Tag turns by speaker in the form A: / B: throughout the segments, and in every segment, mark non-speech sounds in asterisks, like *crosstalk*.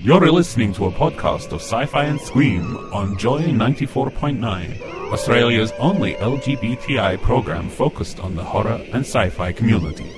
A: You're listening to a podcast of Sci Fi and Scream on Joy 94.9, Australia's only LGBTI program focused on the horror and sci fi community.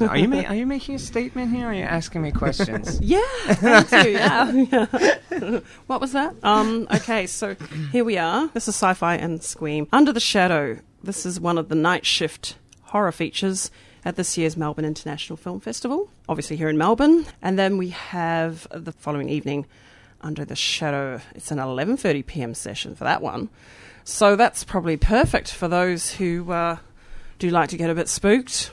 B: Are you ma- are you making a statement here? Or are you asking me
C: *laughs*
B: questions?
D: Yeah, thank you. Yeah. yeah. *laughs* what was that? Um, okay, so here we are. This is Sci Fi and Scream. Under the Shadow. This is one of the night shift horror features at this year's Melbourne International Film Festival, obviously here in Melbourne. And then we have the following evening, Under the Shadow. It's an 11:30 p.m. session for that one. So that's probably perfect for those who uh, do like to get a bit spooked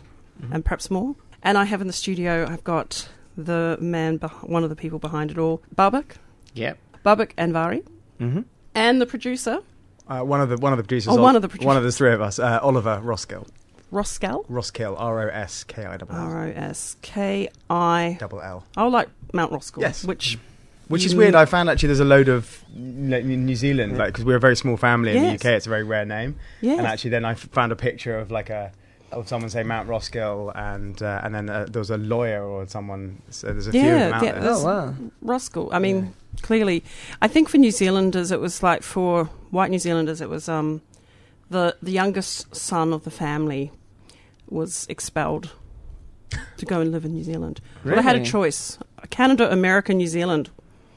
D: and perhaps more. And I have in the studio, I've got the man, beh- one of the people behind it all, Babak,
B: yep.
D: Babak Anvari,
B: Mm-hmm.
D: and the producer,
C: Uh, one of the one of the producers.
D: Oh,
C: Ol-
D: one of the producers.
C: One of the three of us. Uh, Oliver Roskill.
D: Roskell,
C: Roskill. R O S K I double L.
D: R O S K I.
C: Double L.
D: I like Mount Roskill,
C: Yes.
D: which
C: Which is
D: Mm.
C: weird. I found actually there's a load of like, in New Zealand like because we're a very small family in the
D: Yes.
C: UK. It's a very rare name.
D: Yes.
C: And actually then I f- found a picture of like a. Of someone saying Mount Roskill, and uh, and then uh, there was a lawyer or someone. So there's a few of
D: Yeah,
C: them out
D: yeah,
C: there.
D: that's-
B: Oh wow.
D: Roskill. I mean, clearly, I think for New Zealanders, it was like for white New Zealanders, it was um, the the youngest son of the family was expelled to go and live in New Zealand. But I had a
B: Really?
D: choice: Canada, America, New Zealand.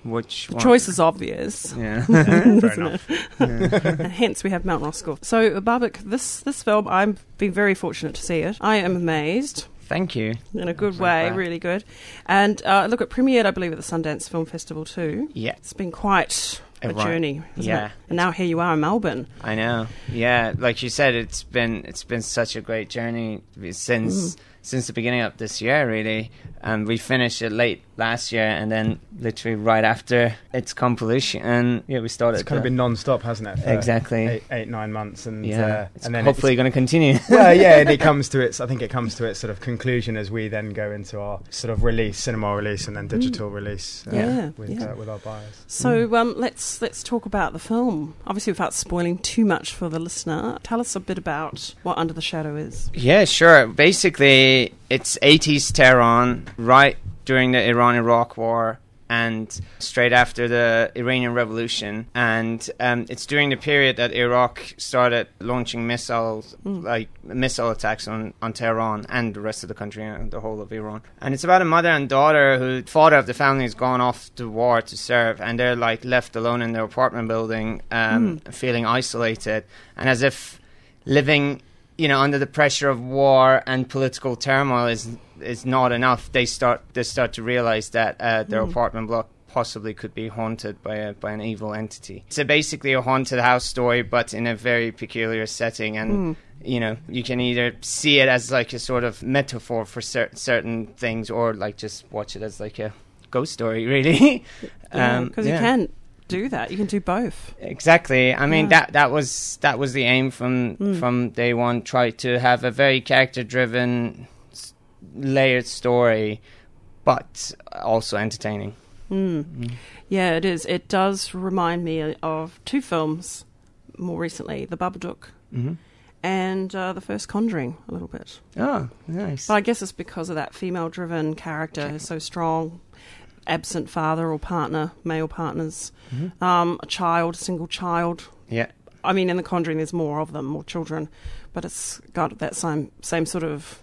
B: Which
D: The
B: one?
D: choice is obvious,
B: Yeah.
C: *laughs* Yeah, fair enough.
D: and hence we have Mount Roskill. So, Babak, this this film, I've been very fortunate to see it. I am amazed
B: Thank you.
D: in a good
B: so
D: way,
B: glad.
D: really good. And uh, look, it premiered, I believe, at the Sundance Film Festival too.
B: Yeah.
D: It's been quite a
B: Everyone-
D: journey, hasn't
B: yeah.
D: it? And now here you are in Melbourne.
B: I know. Yeah, like you said, it's been it's been such a great journey since
C: Mm-hmm.
B: since the beginning of this year, really. Um, we finished it late last year, and then literally right after its completion, and yeah, we started.
C: It's kind of
B: the-
C: been non-stop, hasn't it? for
B: Exactly.
C: Eight, eight, nine months, and
B: yeah,
C: uh,
B: it's
C: and then it's-
B: hopefully going to continue. *laughs*
C: well,
D: *laughs*
C: yeah, and it comes to its. I think it comes to its sort of conclusion as we then go into our sort of release, cinema release, and then digital release. Uh,
D: Mm. Yeah,
C: with
D: yeah.
C: Uh, with our buyers.
D: So
B: Mm.
D: um, let's let's talk about the film. Obviously, without spoiling too much for the listener, tell us a bit about what Under the Shadow is.
B: Yeah, sure. Basically, it's 80s Tehran, right during the Iran Iraq War and straight after the Iranian Revolution. And um, it's during the period that Iraq started launching missiles, like missile attacks on, on Tehran and the rest of the country and the whole of Iran. And it's about a mother and daughter who, father of the family, has gone off to war to serve, and they're like left alone in their apartment building, um, feeling isolated and as if living you know under the pressure of war and political turmoil is is not enough they start they start to realize that uh, their
D: Mm.
B: apartment block possibly could be haunted by a, by an evil entity so basically a haunted house story but in a very peculiar setting and
D: Mm.
B: you know you can either see it as like a sort of metaphor for cer- certain things or like just watch it as like a ghost story really *laughs* Um,
D: Because you
B: yeah.
D: can do that. You can do both.
B: Exactly. I mean
D: Yeah.
B: that that was that was the aim from from day one. Try to have a very character driven, layered story, but also entertaining.
D: Yeah, it is. It does remind me of two films more recently The Babadook and uh, The First Conjuring, a little bit.
B: Oh, nice.
D: But I guess it's because of that female driven character who's so strong, absent father or partner, male partners, um, a child, single child.
B: yeah.
D: I mean, in The Conjuring, there's more of them, more children, but it's got that same, same sort of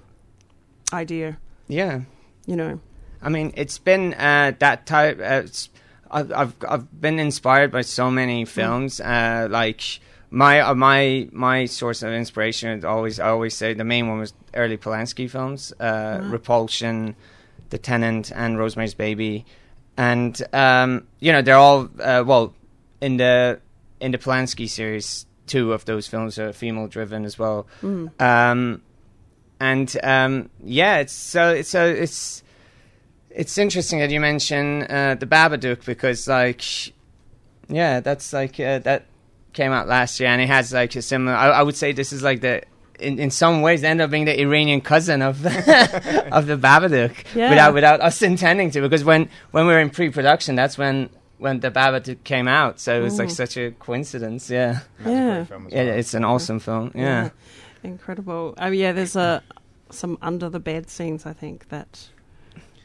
D: idea,
B: Yeah.
D: you know.
B: I mean, it's been uh, that type. Uh, it's, I've, I've I've been inspired by so many films. Uh, like my uh, my my source of inspiration is always I always say the main one was early Polanski films, uh, Repulsion, The Tenant, and Rosemary's Baby, and um, you know they're all uh, well in the in the Polanski series. Two of those films are female driven as well. Um, and um, yeah, it's so so it's it's interesting that you mention uh, the Babadook because, like, yeah, that's like uh, that came out last year, and it has like a similar. I, I would say this is like the. In, in some ways, they end up being the Iranian cousin of of the Babadook
D: Yeah.
B: without without us intending to. Because when, when we were in pre production, that's when when the Babadook came out. So it was like such a coincidence. Yeah,
D: Yeah.
C: Film as
B: yeah,
C: well.
B: it's an awesome film. Yeah,
D: Incredible. Oh yeah, there's a some under the bed scenes. I think that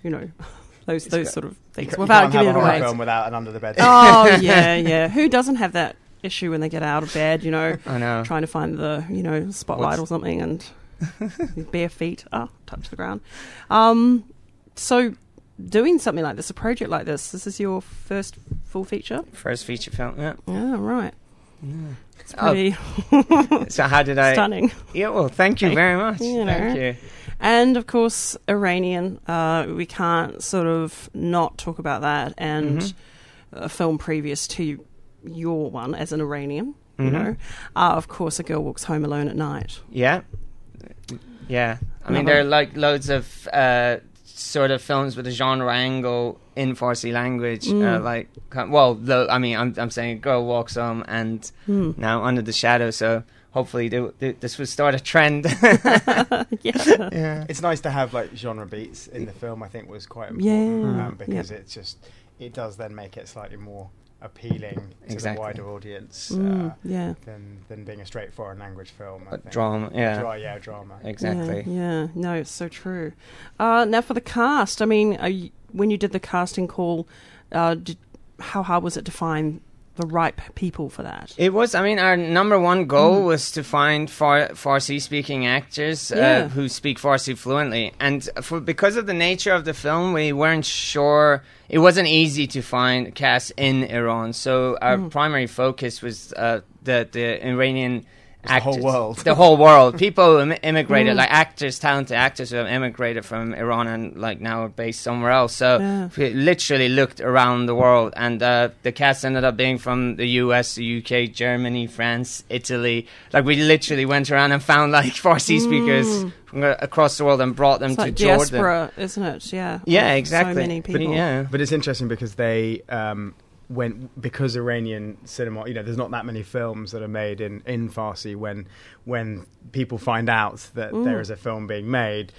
D: you know *laughs* those those sort of things
C: You can't have
D: without giving it
C: a horror
D: away.
C: film without an under the bed.
D: *laughs* Oh
C: *laughs*
D: yeah, yeah. Who doesn't have that issue when they get out of bed? You
C: Uh-huh.
D: know,
B: I know.
D: trying to find the you know
B: What's-
D: spotlight or
C: *laughs*
D: something and bare feet ah touch the ground. Um, so doing something like this, a project like this, this is your first full feature.
B: First feature film. Yeah.
D: Yeah, right. It's
B: Oh.
D: pretty
C: Uh,
D: *laughs*
C: *laughs*
B: So how did I?
D: stunning.
B: Yeah. Well, thank you very much.
D: You
B: Thank
D: know.
B: you.
D: And of course, Iranian. Uh, we can't sort of not talk about that. And
B: Mm-hmm.
D: a film previous to your one as an Iranian,
B: Mm-hmm.
D: you know. Uh, of course, A Girl Walks Home Alone at Night. *laughs*
B: Yeah. Yeah. I mean,
D: Another-
B: there are like loads of uh, sort of films with a genre angle in Farsi language.
D: Mm.
B: Uh, like, kind- well, lo- I mean, I'm, I'm saying Girl Walks Home and
D: Hmm.
B: now Under the Shadow. So hopefully they, they, this will start a
D: *laughs*
B: trend. *laughs*
D: yeah.
B: yeah.
C: It's nice to have like genre beats in the film. I think was quite important
D: Yeah,
C: um, because
D: yeah.
C: it's just it does then make it slightly more appealing to
B: Exactly.
C: the wider audience
D: Mm,
C: uh,
D: yeah.
C: than than being a straight foreign language film. I think.
B: Drama. Yeah.
C: Dra- yeah, drama.
B: Exactly.
D: Yeah, yeah. no, it's so true. Uh, now for the cast, I mean, are you, when you did the casting call, uh, did, how hard was it to find the right p- people for that?
B: It was. I mean, our number one
C: Mm.
B: goal was to find far, Farsi-speaking actors
D: Yeah.
B: uh, who speak Farsi fluently, and for, because of the nature of the film, we weren't sure. It wasn't easy to find cast in Iran, so our
C: Mm.
B: primary focus was uh, the the Iranian.
C: the whole
B: actors-
C: world.
B: The whole world. People who im- immigrated,
D: Mm.
B: like actors, talented actors who have immigrated from Iran and like now are based somewhere else. So
D: Yeah.
B: we literally looked around the world, and uh, the cast ended up being from the US, the UK, Germany, France, Italy. Like we literally went around and found like Farsi speakers from, uh, across the world and brought them
D: Mm. It's
B: to Jordan.
D: like diaspora, isn't it? Yeah.
B: Yeah,
D: Like,
B: exactly.
D: So many people.
B: But, yeah.
C: But it's interesting because they um, when because Iranian cinema, you know, there's not that many films that are made in, in Farsi. When when people find out that there is a film being made,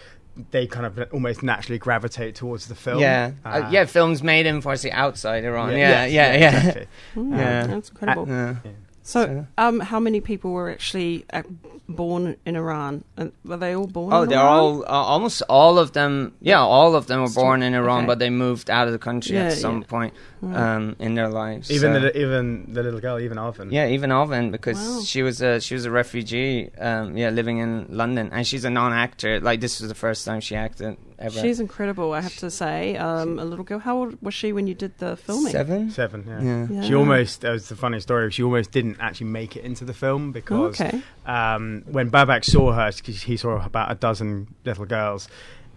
C: they kind of almost naturally gravitate towards the film.
B: Yeah, uh,
C: Uh,
B: yeah. Films made in Farsi outside Iran. Yeah, yeah,
C: Yes,
B: yeah, yeah.
C: exactly.
B: *laughs* Yeah.
D: That's incredible.
B: Yeah.
D: So, um, how many people were actually uh, born in Iran? And were they all born?
B: Oh,
D: in
B: they're
D: Iran?
B: all uh, almost all of them. Yeah, all of them were born in Iran,
D: okay.
B: but they moved out of the country at
D: Yeah, Hmm.
B: some
D: yeah.
B: point um, in their lives.
C: Even
B: so-
C: the even the little girl, even Arvin.
B: yeah, even Alvin because
D: Wow.
B: she was a she was a refugee. Um, yeah, living in London, and she's a non-actor. Like this was the first time she acted ever.
D: She's incredible, I have to say. Um, a little girl. How old was she when you did the filming?
B: seven.
C: Seven, yeah.
B: Yeah.
D: Yeah.
C: She almost, that was the funny story, she almost didn't actually make it into the film
D: Oh,
C: because
D: okay.
C: um, when Babak saw her, 'cause he saw about a dozen little girls,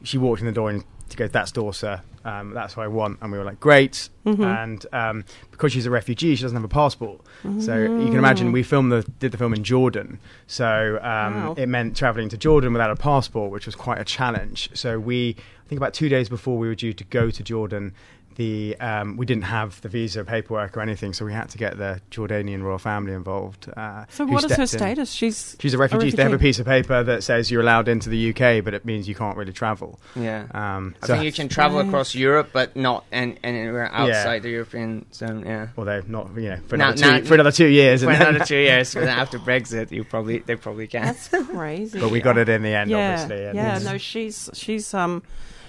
C: she walked in the door and she goes, That's Dorsa, um, that's what I want. And we were like, Great.
D: Mm-hmm.
C: And um, because she's a refugee, she doesn't have a passport. So you
D: Mm.
C: can imagine we filmed the, did the film in Jordan. So um,
D: Wow.
C: it meant traveling to Jordan without a passport, which was quite a challenge. So we, I think about two days before we were due to go to Jordan, the um, we didn't have the visa paperwork or anything, so we had to get the Jordanian royal family involved. Uh,
D: So
C: who
D: what is her
C: stepped in.
D: status? She's
C: She's a refugee. They have a
D: refugee.
C: piece of paper that says you're allowed into the UK, but it means you can't really travel.
B: Yeah.
C: Um,
B: I
C: so-
B: think you
C: *laughs*
B: can travel across Europe, but not an- anywhere outside the European zone. Yeah.
C: although not you know for
B: No,
C: another,
B: no.
C: two, for another two years,
B: For
C: and then- *laughs*
B: another two years, but then after Brexit, you probably they probably can.
D: that's crazy.
C: but we got it in the end,
D: yeah,
C: obviously. and-
D: yeah. No, she's she's um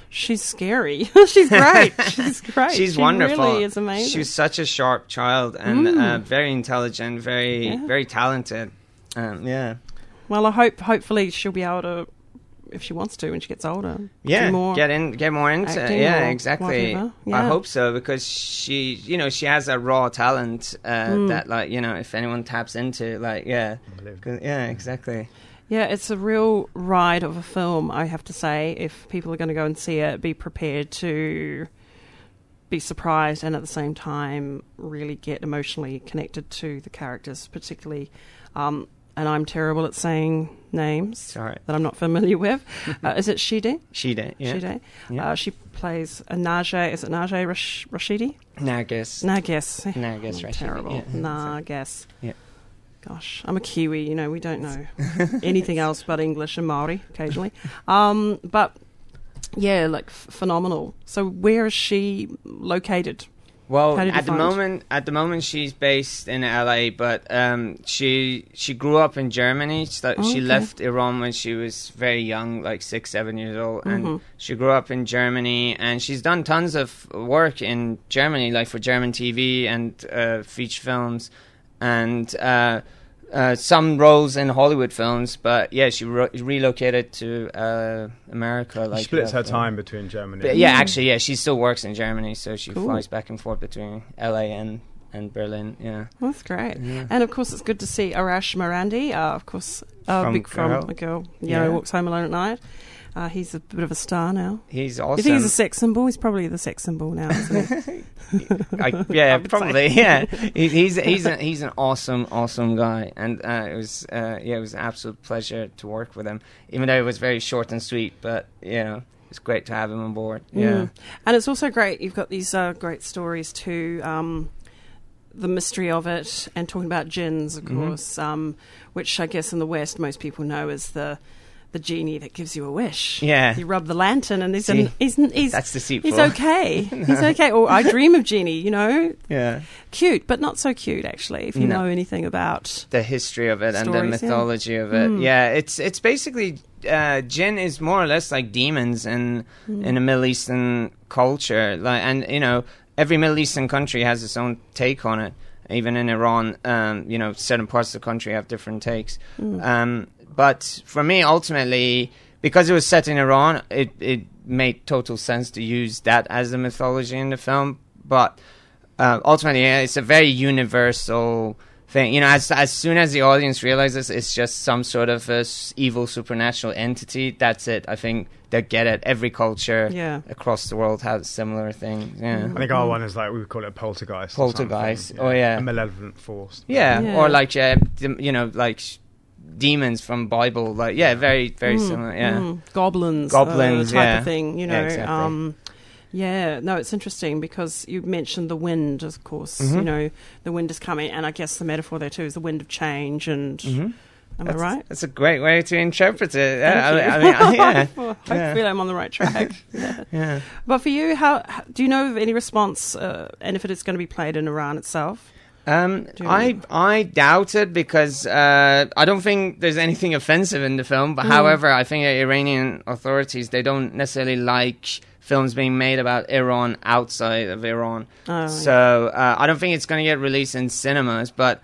D: she's scary. *laughs*
B: *laughs*
D: she's great. She's great.
B: She's
D: She
B: wonderful.
D: Really is amazing. Mm.
B: She was such a sharp child and uh, very intelligent, very
D: Yeah.
B: very talented. Um, yeah.
D: well, I hope hopefully she'll be able to, if she wants to, when she gets older,
B: yeah,
D: do more.
B: get in, get more into,
D: acting
B: yeah,
D: or
B: exactly.
D: whatever.
B: I
D: Yeah.
B: hope so because she, you know, she has a raw talent uh,
D: Mm.
B: that, like, you know, if anyone taps into, like, yeah,
C: Unbelievable.
B: yeah, exactly.
D: Yeah, it's a real ride of a film, I have to say. If people are going to go and see it, be prepared to be surprised and at the same time really get emotionally connected to the characters, particularly. Um, and I'm terrible at saying names
B: alright.
D: that I'm not
B: *laughs*
D: familiar with. uh, is it Shide?
B: She did, yeah.
D: Shide.
B: Yeah.
D: Uh, she plays a Najee. Is it Najee Rash- Rashidi?
B: Nargis.
D: Nagas.
B: Nargis Rashidi,
D: Terrible.
B: yeah.
D: Nagas.
B: Yeah.
D: Gosh, I'm a Kiwi. You know, we don't know *laughs* anything else but English and Maori occasionally. Um, but yeah, like f- phenomenal. So where is she located?
B: Well,
D: How did you
B: at the
D: find-
B: moment, at the moment, she's based in LA, but um, she she grew up in Germany. So
D: Oh,
B: she
D: okay.
B: left Iran when she was very young, like six, seven years old, and
D: Mm-hmm.
B: she grew up in Germany. And she's done tons of work in Germany, like for German TV and uh, feature films, and uh, uh, some roles in Hollywood films. But yeah, she ro- relocated to uh, America. Like
C: she splits
B: uh,
C: her time between Germany.
B: but
C: and-
B: yeah, actually, yeah, she still works in Germany, so she
D: Mm. Cool.
B: flies back and forth between LA and, and Berlin. Yeah,
D: That's great. And of course, it's good to see Arash Morandi. Uh, of course, uh,
B: From
D: big
B: Girl.
D: from a girl. You know,
B: Yeah.
D: walks home alone at night. Uh, he's a bit of a star now.
B: he's
D: You
B: awesome.
D: think he's a sex symbol? He's probably the sex symbol now, isn't he?
B: I-
D: *laughs*
B: yeah,
D: would
B: probably. Yeah, He-
D: *laughs*
B: he's he's a, he's an awesome, awesome guy, and uh, it was uh, yeah, it was an absolute pleasure to work with him. Even though it was very short and sweet, but you know, it's great to have him on board. Yeah,
D: Mm. And it's also great. You've got these uh, great stories too. Um, the mystery of it, and talking about gins, of
B: Mm-hmm.
D: course, um, which I guess in the West most people know is the the genie that gives you a wish.
B: Yeah.
D: you rub the lantern, and he's
B: See?
D: an, he's, an, he's
B: That's deceitful.
D: He's okay.
B: *laughs*
D: He's okay. Or I dream of genie. You know,
B: yeah.
D: cute, but not so cute actually. If you
B: No.
D: know anything about
B: the history of it and the
D: Stories, yeah. Hmm.
B: mythology of it. Yeah, it's it's basically uh, jinn is more or less like demons in
D: Hmm.
B: in a Middle Eastern culture. Like, and you know, every Middle Eastern country has its own take on it. Even in Iran, um, you know, certain parts of the country have different takes.
D: Hmm.
B: Um, but for me, ultimately, because it was set in Iran, it it made total sense to use that as the mythology in the film. But uh, ultimately, yeah, it's a very universal thing. You know, as as soon as the audience realizes it's just some sort of a s- evil supernatural entity, that's it. I think they get it. Every culture
D: Yeah. Mm-hmm.
B: across the world has similar things. Yeah.
C: I think our one is like we would call it a poltergeist. or something,
B: Mm. Poltergeist. Oh, yeah.
C: a malevolent force.
B: yeah,
D: Yeah.
B: or like yeah, dem- you know, like sh- demons from Bible. Like yeah, very very similar. Yeah,
D: mm, goblins,
B: Goblins,
D: uh, type
B: yeah.
D: of thing. You
B: Yeah,
D: know,
B: exactly.
D: um, yeah. No, it's interesting because you mentioned the wind, of course. You
B: Mm-hmm.
D: know, the wind is coming, and I guess the metaphor there too is the wind of change. And am I right?
B: Mm-hmm. that's a great way to interpret it. Yeah,
D: Thank
B: I, I
D: you.
B: mean, I- yeah,
D: *laughs* Well, hopefully, I'm on the right
B: *laughs*
D: track.
B: yeah.
D: but for you, how how- do you know of any response, uh, and if it is going to be played in Iran itself?
B: Um,
D: Do-
B: I I doubt it because uh, I don't think there's anything offensive in the film. But however, I think the Iranian authorities they don't necessarily like films being made about Iran outside of Iran.
D: Oh,
B: so uh, I don't think it's going to get released in cinemas. But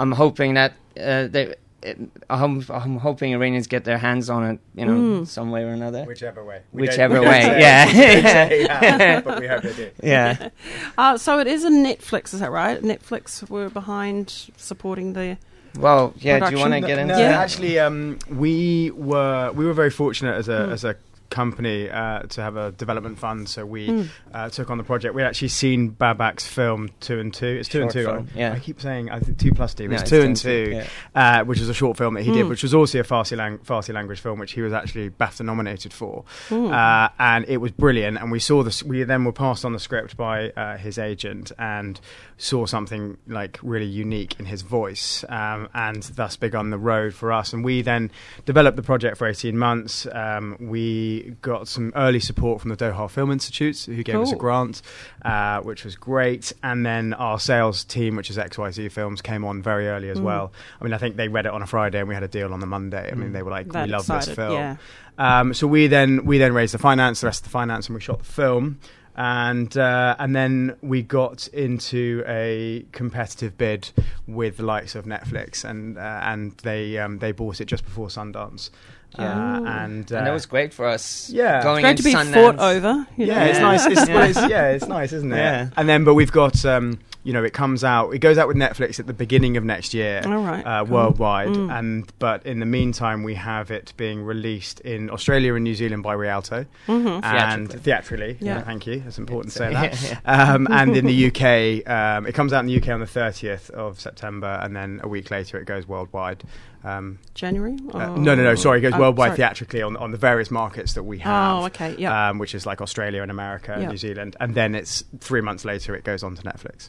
B: I'm hoping that uh, they. It, I'm, I'm hoping Iranians get their hands on it, you know, some way or another.
C: Whichever way. We don't-
B: Whichever
C: *laughs* we don't
B: way,
C: say-
B: yeah,
C: we don't say how, but we hope they do.
B: *laughs* yeah.
D: Uh, so it is a Netflix, is that right? Netflix were behind supporting the.
B: Well, yeah. Do you want to
C: No,
B: get into
C: no,
B: that? Hmm.
C: actually, um, we were we were very fortunate as a as a company uh, to have a development fund, so we
B: Hmm.
C: uh, took on the project. We'd actually seen Babak's film Two and Two. It's Two
B: Short
C: and Two.
B: film,
C: right?
B: yeah.
C: I keep saying I think Two Plus Two. but
B: No,
C: it's
B: it's
C: Two and
B: Two and
C: Two,
B: Two,
C: uh, which was a short film that he did, which was also a Farsi, lang- Farsi language film, which he was actually BAFTA nominated for, uh, and it was brilliant. And we saw this. We then were passed on the script by uh, his agent and saw something like really unique in his voice, um, and thus begun the road for us. And we then developed the project for eighteen months. Um, we got some early support from the Doha Film Institute, who gave us a grant
D: Cool.
C: grant, uh, which was great. And then our sales team, which is XYZ Films, came on very early
D: Mm.
C: as well. I mean, I think they read it on a Friday and we had a deal on the Monday. I mean, they were like,
D: Mm. That
C: "We love
D: excited,
C: this film."
D: yeah.
C: Um, so we then we then raised the finance, the rest of the finance, and we shot the film. And uh, and then we got into a competitive bid with the likes of Netflix, and uh, and they um, they bought it just before Sundance. Uh, and, uh,
B: and that was great for us.
C: Yeah.
B: going
D: It's great to be
B: into Sundance.
D: fought over. you
C: yeah,
D: know.
C: it's
B: Yeah.
C: nice. It's,
D: *laughs*
B: Yeah.
C: well, it's- yeah, it's nice, isn't it?
B: Yeah.
C: And then, but we've got, um, you know, it comes out. It goes out with Netflix at the beginning of next year,
D: All right,
C: uh,
D: cool. Mm.
C: worldwide. And but in the meantime, we have it being released in Australia and New Zealand by Rialto and
B: Theatrically.
C: theatrically.
D: Mm-hmm. Yeah.
C: Yeah. Thank you. That's important to say
B: It's- *laughs*
C: that. Um, and
D: *laughs*
C: in the UK, um, it comes out in the UK on the 30th of September, and then a week later, it goes worldwide. Um,
D: January?
C: uh,
D: or-
C: no, no, no. Sorry, it goes
D: Oh,
C: worldwide
D: sorry.
C: theatrically on, on the various markets that we have.
D: Oh, okay, yeah.
C: Um, which is like Australia and America, and
D: Yeah.
C: New Zealand, and then it's three months later it goes on to Netflix.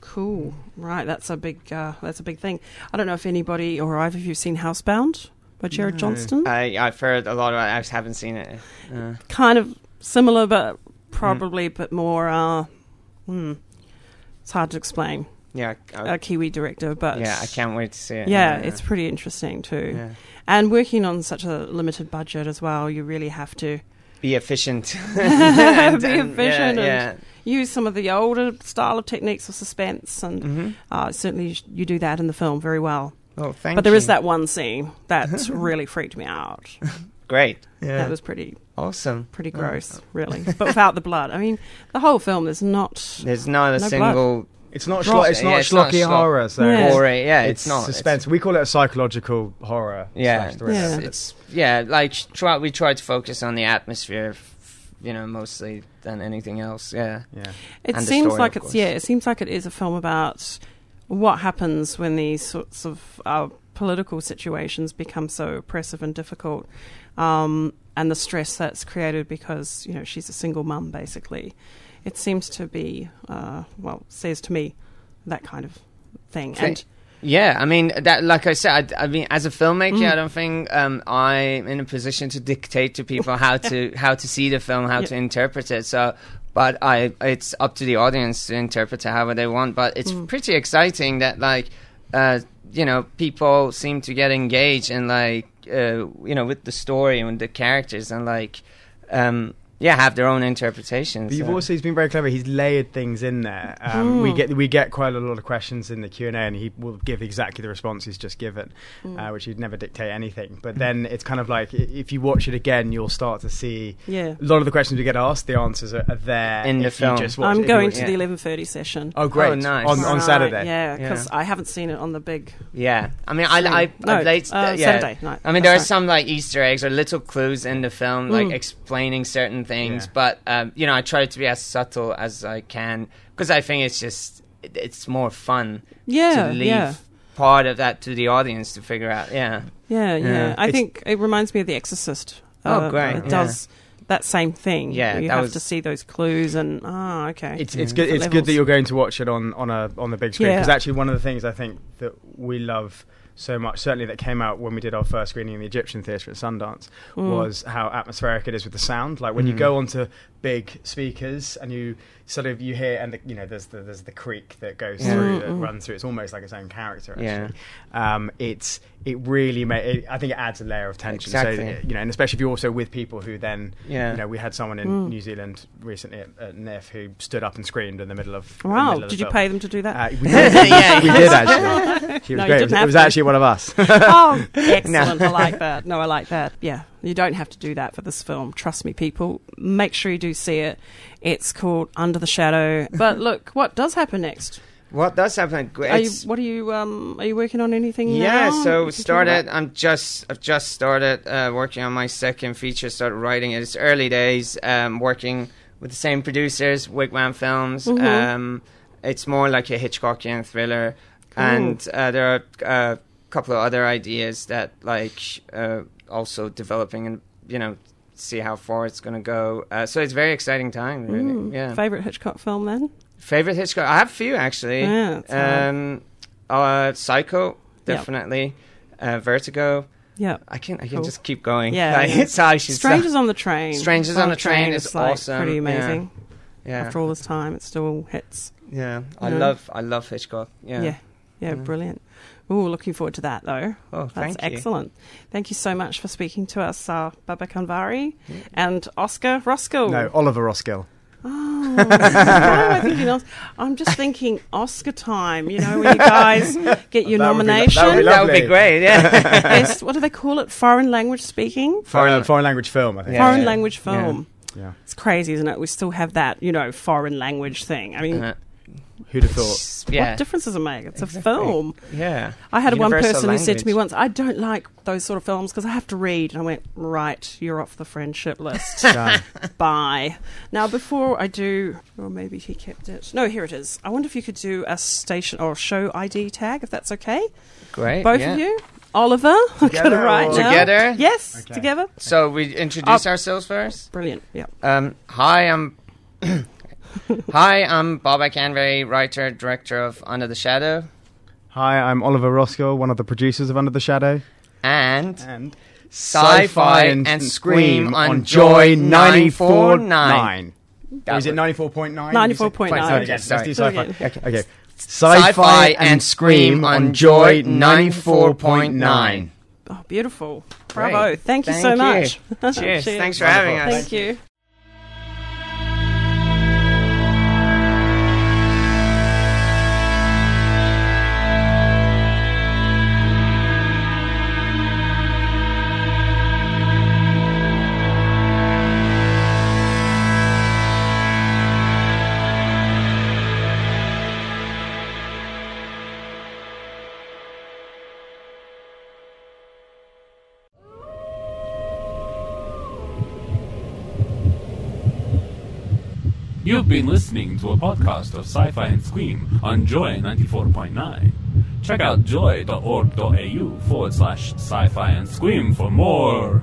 D: Cool. Right, that's a big uh, that's a big thing. I don't know if anybody or either of you have seen Housebound by Jared Johnston.
B: I, I've heard a lot about it. I just haven't seen it. Uh,
D: kind of similar, but
C: Mm.
D: probably a bit more. Uh, hmm. It's hard to explain.
B: yeah, I,
D: A Kiwi director, but
B: Uh, yeah, I can't wait to see it.
D: Yeah, it's pretty interesting too.
B: Yeah.
D: And working on such a limited budget as well, you really have to
B: be efficient. *laughs*
D: be
B: and-
D: efficient
B: yeah,
D: and
B: yeah.
D: use some of the older style of techniques of suspense. And
B: Mm-hmm.
D: uh, certainly sh- you do that in the film very well.
B: Oh, thank
D: But there is
B: you.
D: that one scene
B: *laughs*
D: that really freaked me out.
B: Great.
D: That was pretty
B: Awesome.
D: pretty gross, really. But without the blood, I mean, the whole film is
B: *laughs*
D: not.
B: There's not a
D: No blood.
B: single
C: It's not
B: Right.
C: schlo- it's not
B: Yeah, it's not
C: schlocky
B: schlock.
C: horror, so
D: Yeah.
C: it's-
B: horror. Yeah, it's,
C: it's,
B: not It's-
C: suspense. we call it a psychological horror.
B: yeah,
C: slash thriller.
D: Yeah.
B: It's, it's yeah. Like sh- try, we tried to focus on the atmosphere, f- you know, mostly than anything else. Yeah.
C: yeah.
D: It
B: And the
D: seems
B: story,
D: like
B: of
D: it's
B: course.
D: yeah. It seems like it is a film about what happens when these sorts of uh, political situations become so oppressive and difficult, um, and the stress that's created because you know she's a single mum basically. It seems to be uh, well says to me that kind of thing. And
B: Yeah, I mean that. Like I said, I, I mean, as a filmmaker, I don't think um, I'm in a position to dictate to people how to how to see the film, how
D: Yeah.
B: to interpret it. So, but I, it's up to the audience to interpret it however they want. But it's pretty exciting that like, uh, you know, people seem to get engaged and like, uh, you know, with the story and the characters and like, um, yeah, have their own interpretations.
C: But you've
B: so.
C: also he's been very clever. He's layered things in there. Um,
D: Hmm.
C: We get we get quite a lot of questions in the Q and A, and he will give exactly the response he's just given,
D: Hmm.
C: uh, which he'd never dictate anything. But then it's kind of like i- if you watch it again, you'll start to see
D: Yeah.
C: a lot of the questions we get asked. The answers are, are there
B: In the
C: if you
B: film.
C: just watch it.
D: I'm
C: If you
D: going
C: watch-
D: to
B: yeah.
D: the eleven thirty session.
C: Oh, great!
B: Oh, nice.
C: On, on
D: Right,
C: Saturday,
D: yeah, because
B: Yeah.
D: I haven't seen it on the big.
B: Yeah, I mean, I, I,
D: No,
B: I late,
D: uh,
B: yeah.
D: Saturday night.
B: I mean,
D: That's
B: there are
D: right.
B: some like Easter eggs or little clues in the film, like
D: Mm.
B: explaining certain things.
C: Yeah.
B: But um, you know, I try to be as subtle as I can because I think it's just it, it's more fun
D: Yeah,
B: to leave
D: yeah.
B: part of that to the audience to figure out. Yeah,
D: Yeah, yeah.
B: Yeah.
D: I
C: It's-
D: think it reminds me of The Exorcist. Uh,
B: Oh, great,
D: It
B: yeah.
D: does that same thing.
B: Yeah,
D: you
B: that
D: have
B: was-
D: to see those clues and ah, okay.
C: It's, it's good. It's good that
D: Different
B: *laughs*
D: levels.
C: you're going to watch it on on a on the big screen
D: Yeah.
C: because actually one of the things I think that we love so much, certainly that came out when we did our first screening in the Egyptian Theatre at Sundance,
D: Mm.
C: was how atmospheric it is with the sound. Like when you go onto big speakers and you sort of you hear and the, you know there's the, there's the creek that goes
B: Yeah.
C: through
D: Mm-hmm.
C: that runs through. It's almost like its own character. Actually.
B: Yeah.
C: Um, it's it really ma- it, I think it adds a layer of tension.
B: Exactly.
C: So you know, and especially if you're also with people who then
B: Yeah.
C: you know we had someone in New Zealand recently at, at NIF who stood up and screamed in the middle of. in the
D: wow.
C: middle of
D: Did
C: the
D: you
C: film.
D: pay them to do
C: Uh,
D: that?
C: we did,
B: Yeah.
C: we did actually. She was
D: No, you
C: great. It
D: didn't
C: was, it
D: have
C: was
D: to.
C: actually one of us. *laughs*
D: oh, excellent. I like that. No, I like that. Yeah, you don't have to do that for this film. Trust me, people.
B: *laughs*
D: Make sure you do see it. It's called Under the Shadow. But look, what does happen next?
B: What does happen?
D: Are you,
B: It's-
D: what are you um are you working on anything?
B: yeah,
D: now?
B: so
D: If you can
B: started.
D: talk
B: I'm just. I've just started uh, working on my second feature. Started writing it. It's early days. Um, working with the same producers, Wigwam Films. Um, it's more like a Hitchcockian thriller, and uh, there are a couple of other ideas that like uh, also developing, and you know, see how far it's going to go. Uh, so it's a very exciting time, really. Yeah.
D: about- Favorite Hitchcock film then?
B: Favorite Hitchcock? I have a few actually.
D: Yeah, it's hard.
B: um, uh, Psycho, definitely. Uh, Vertigo.
D: Yeah.
B: I can I can
D: Cool.
B: just keep going.
D: Yeah,
B: *laughs* Like,
D: yeah.
B: it's how I should
D: Strangers
B: start.
D: on the Train.
B: Strangers on the Train is
D: it's like
B: awesome.
D: Pretty
B: Yeah.
D: amazing.
B: Yeah,
D: After all this time, it still hits.
B: yeah. I
D: Yeah.
B: love I love Hitchcock. Yeah.
D: Yeah. Yeah, brilliant. Ooh, looking forward to that though.
B: Oh,
D: That's
B: thank you.
D: excellent. Thank you so much for speaking to us, uh, Baba Kanvari
B: Mm.
D: and Oscar Roskill.
C: No, Oliver Roskill.
D: Oh, *laughs* no, I think you know, I'm just thinking Oscar time, you know, when
B: *laughs*
D: you guys get your
C: That would be lo-
D: nomination.
C: that would be
B: That would be
C: Lovely.
B: great. Yeah.
D: Best- what do they call it? Foreign language speaking?
C: Foreign, foreign language film, I think.
B: Yeah.
D: Foreign language
B: Yeah.
D: film.
C: Yeah.
D: It's crazy, isn't it? We still have that, you know, foreign language thing. I mean,
C: *laughs*
B: Uh,
C: Who'd have
D: *laughs*
C: thought?
B: yeah.
D: what difference does it make? It's a film.
B: *laughs* yeah.
D: I had one
B: Universal
D: person who said to me
B: language.
D: once, I don't like those sort of films because I have to read. And I went, right, you're off the
B: *laughs*
D: friendship list.
C: Done.
D: Bye. Now, before I do, or maybe he kept it. No, here it is. I wonder if you could do a station or show ID tag, if that's okay.
B: Great.
D: Both
B: yeah.
D: of you. Oliver, *laughs* I've got it
C: Together
D: right
C: or-
D: now.
B: Together?
D: Yes,
C: Okay.
D: together.
B: So we introduce
D: Up.
B: ourselves first.
D: Brilliant. Yeah.
B: Um, hi,
D: *laughs*
B: I'm. *coughs* hi, I'm Bob Canvey, writer, director of Under the Shadow,
C: Hi, I'm Oliver Roskill, one of the producers of Under the Shadow.
B: and
C: And
B: Sci-Fi and Scream on Joy 94.9.
C: Or is it 94.9?
D: 94.9.
C: Okay,
B: Okay,
C: let's do
B: sorry.
C: sci-fi.
D: Okay.
C: Okay. okay.
B: Sci-Fi and Scream on Joy 94.9.
D: Oh, beautiful. Bravo.
B: Great.
D: Thank you
B: Thank
D: so
B: you.
D: much. *laughs*
B: Cheers. Thanks for having us.
D: Thank, you.
A: You've been listening to a podcast of Sci Fi and Scream on Joy 94.9. Check out joy.org.au forward slash sci fi and scream for more.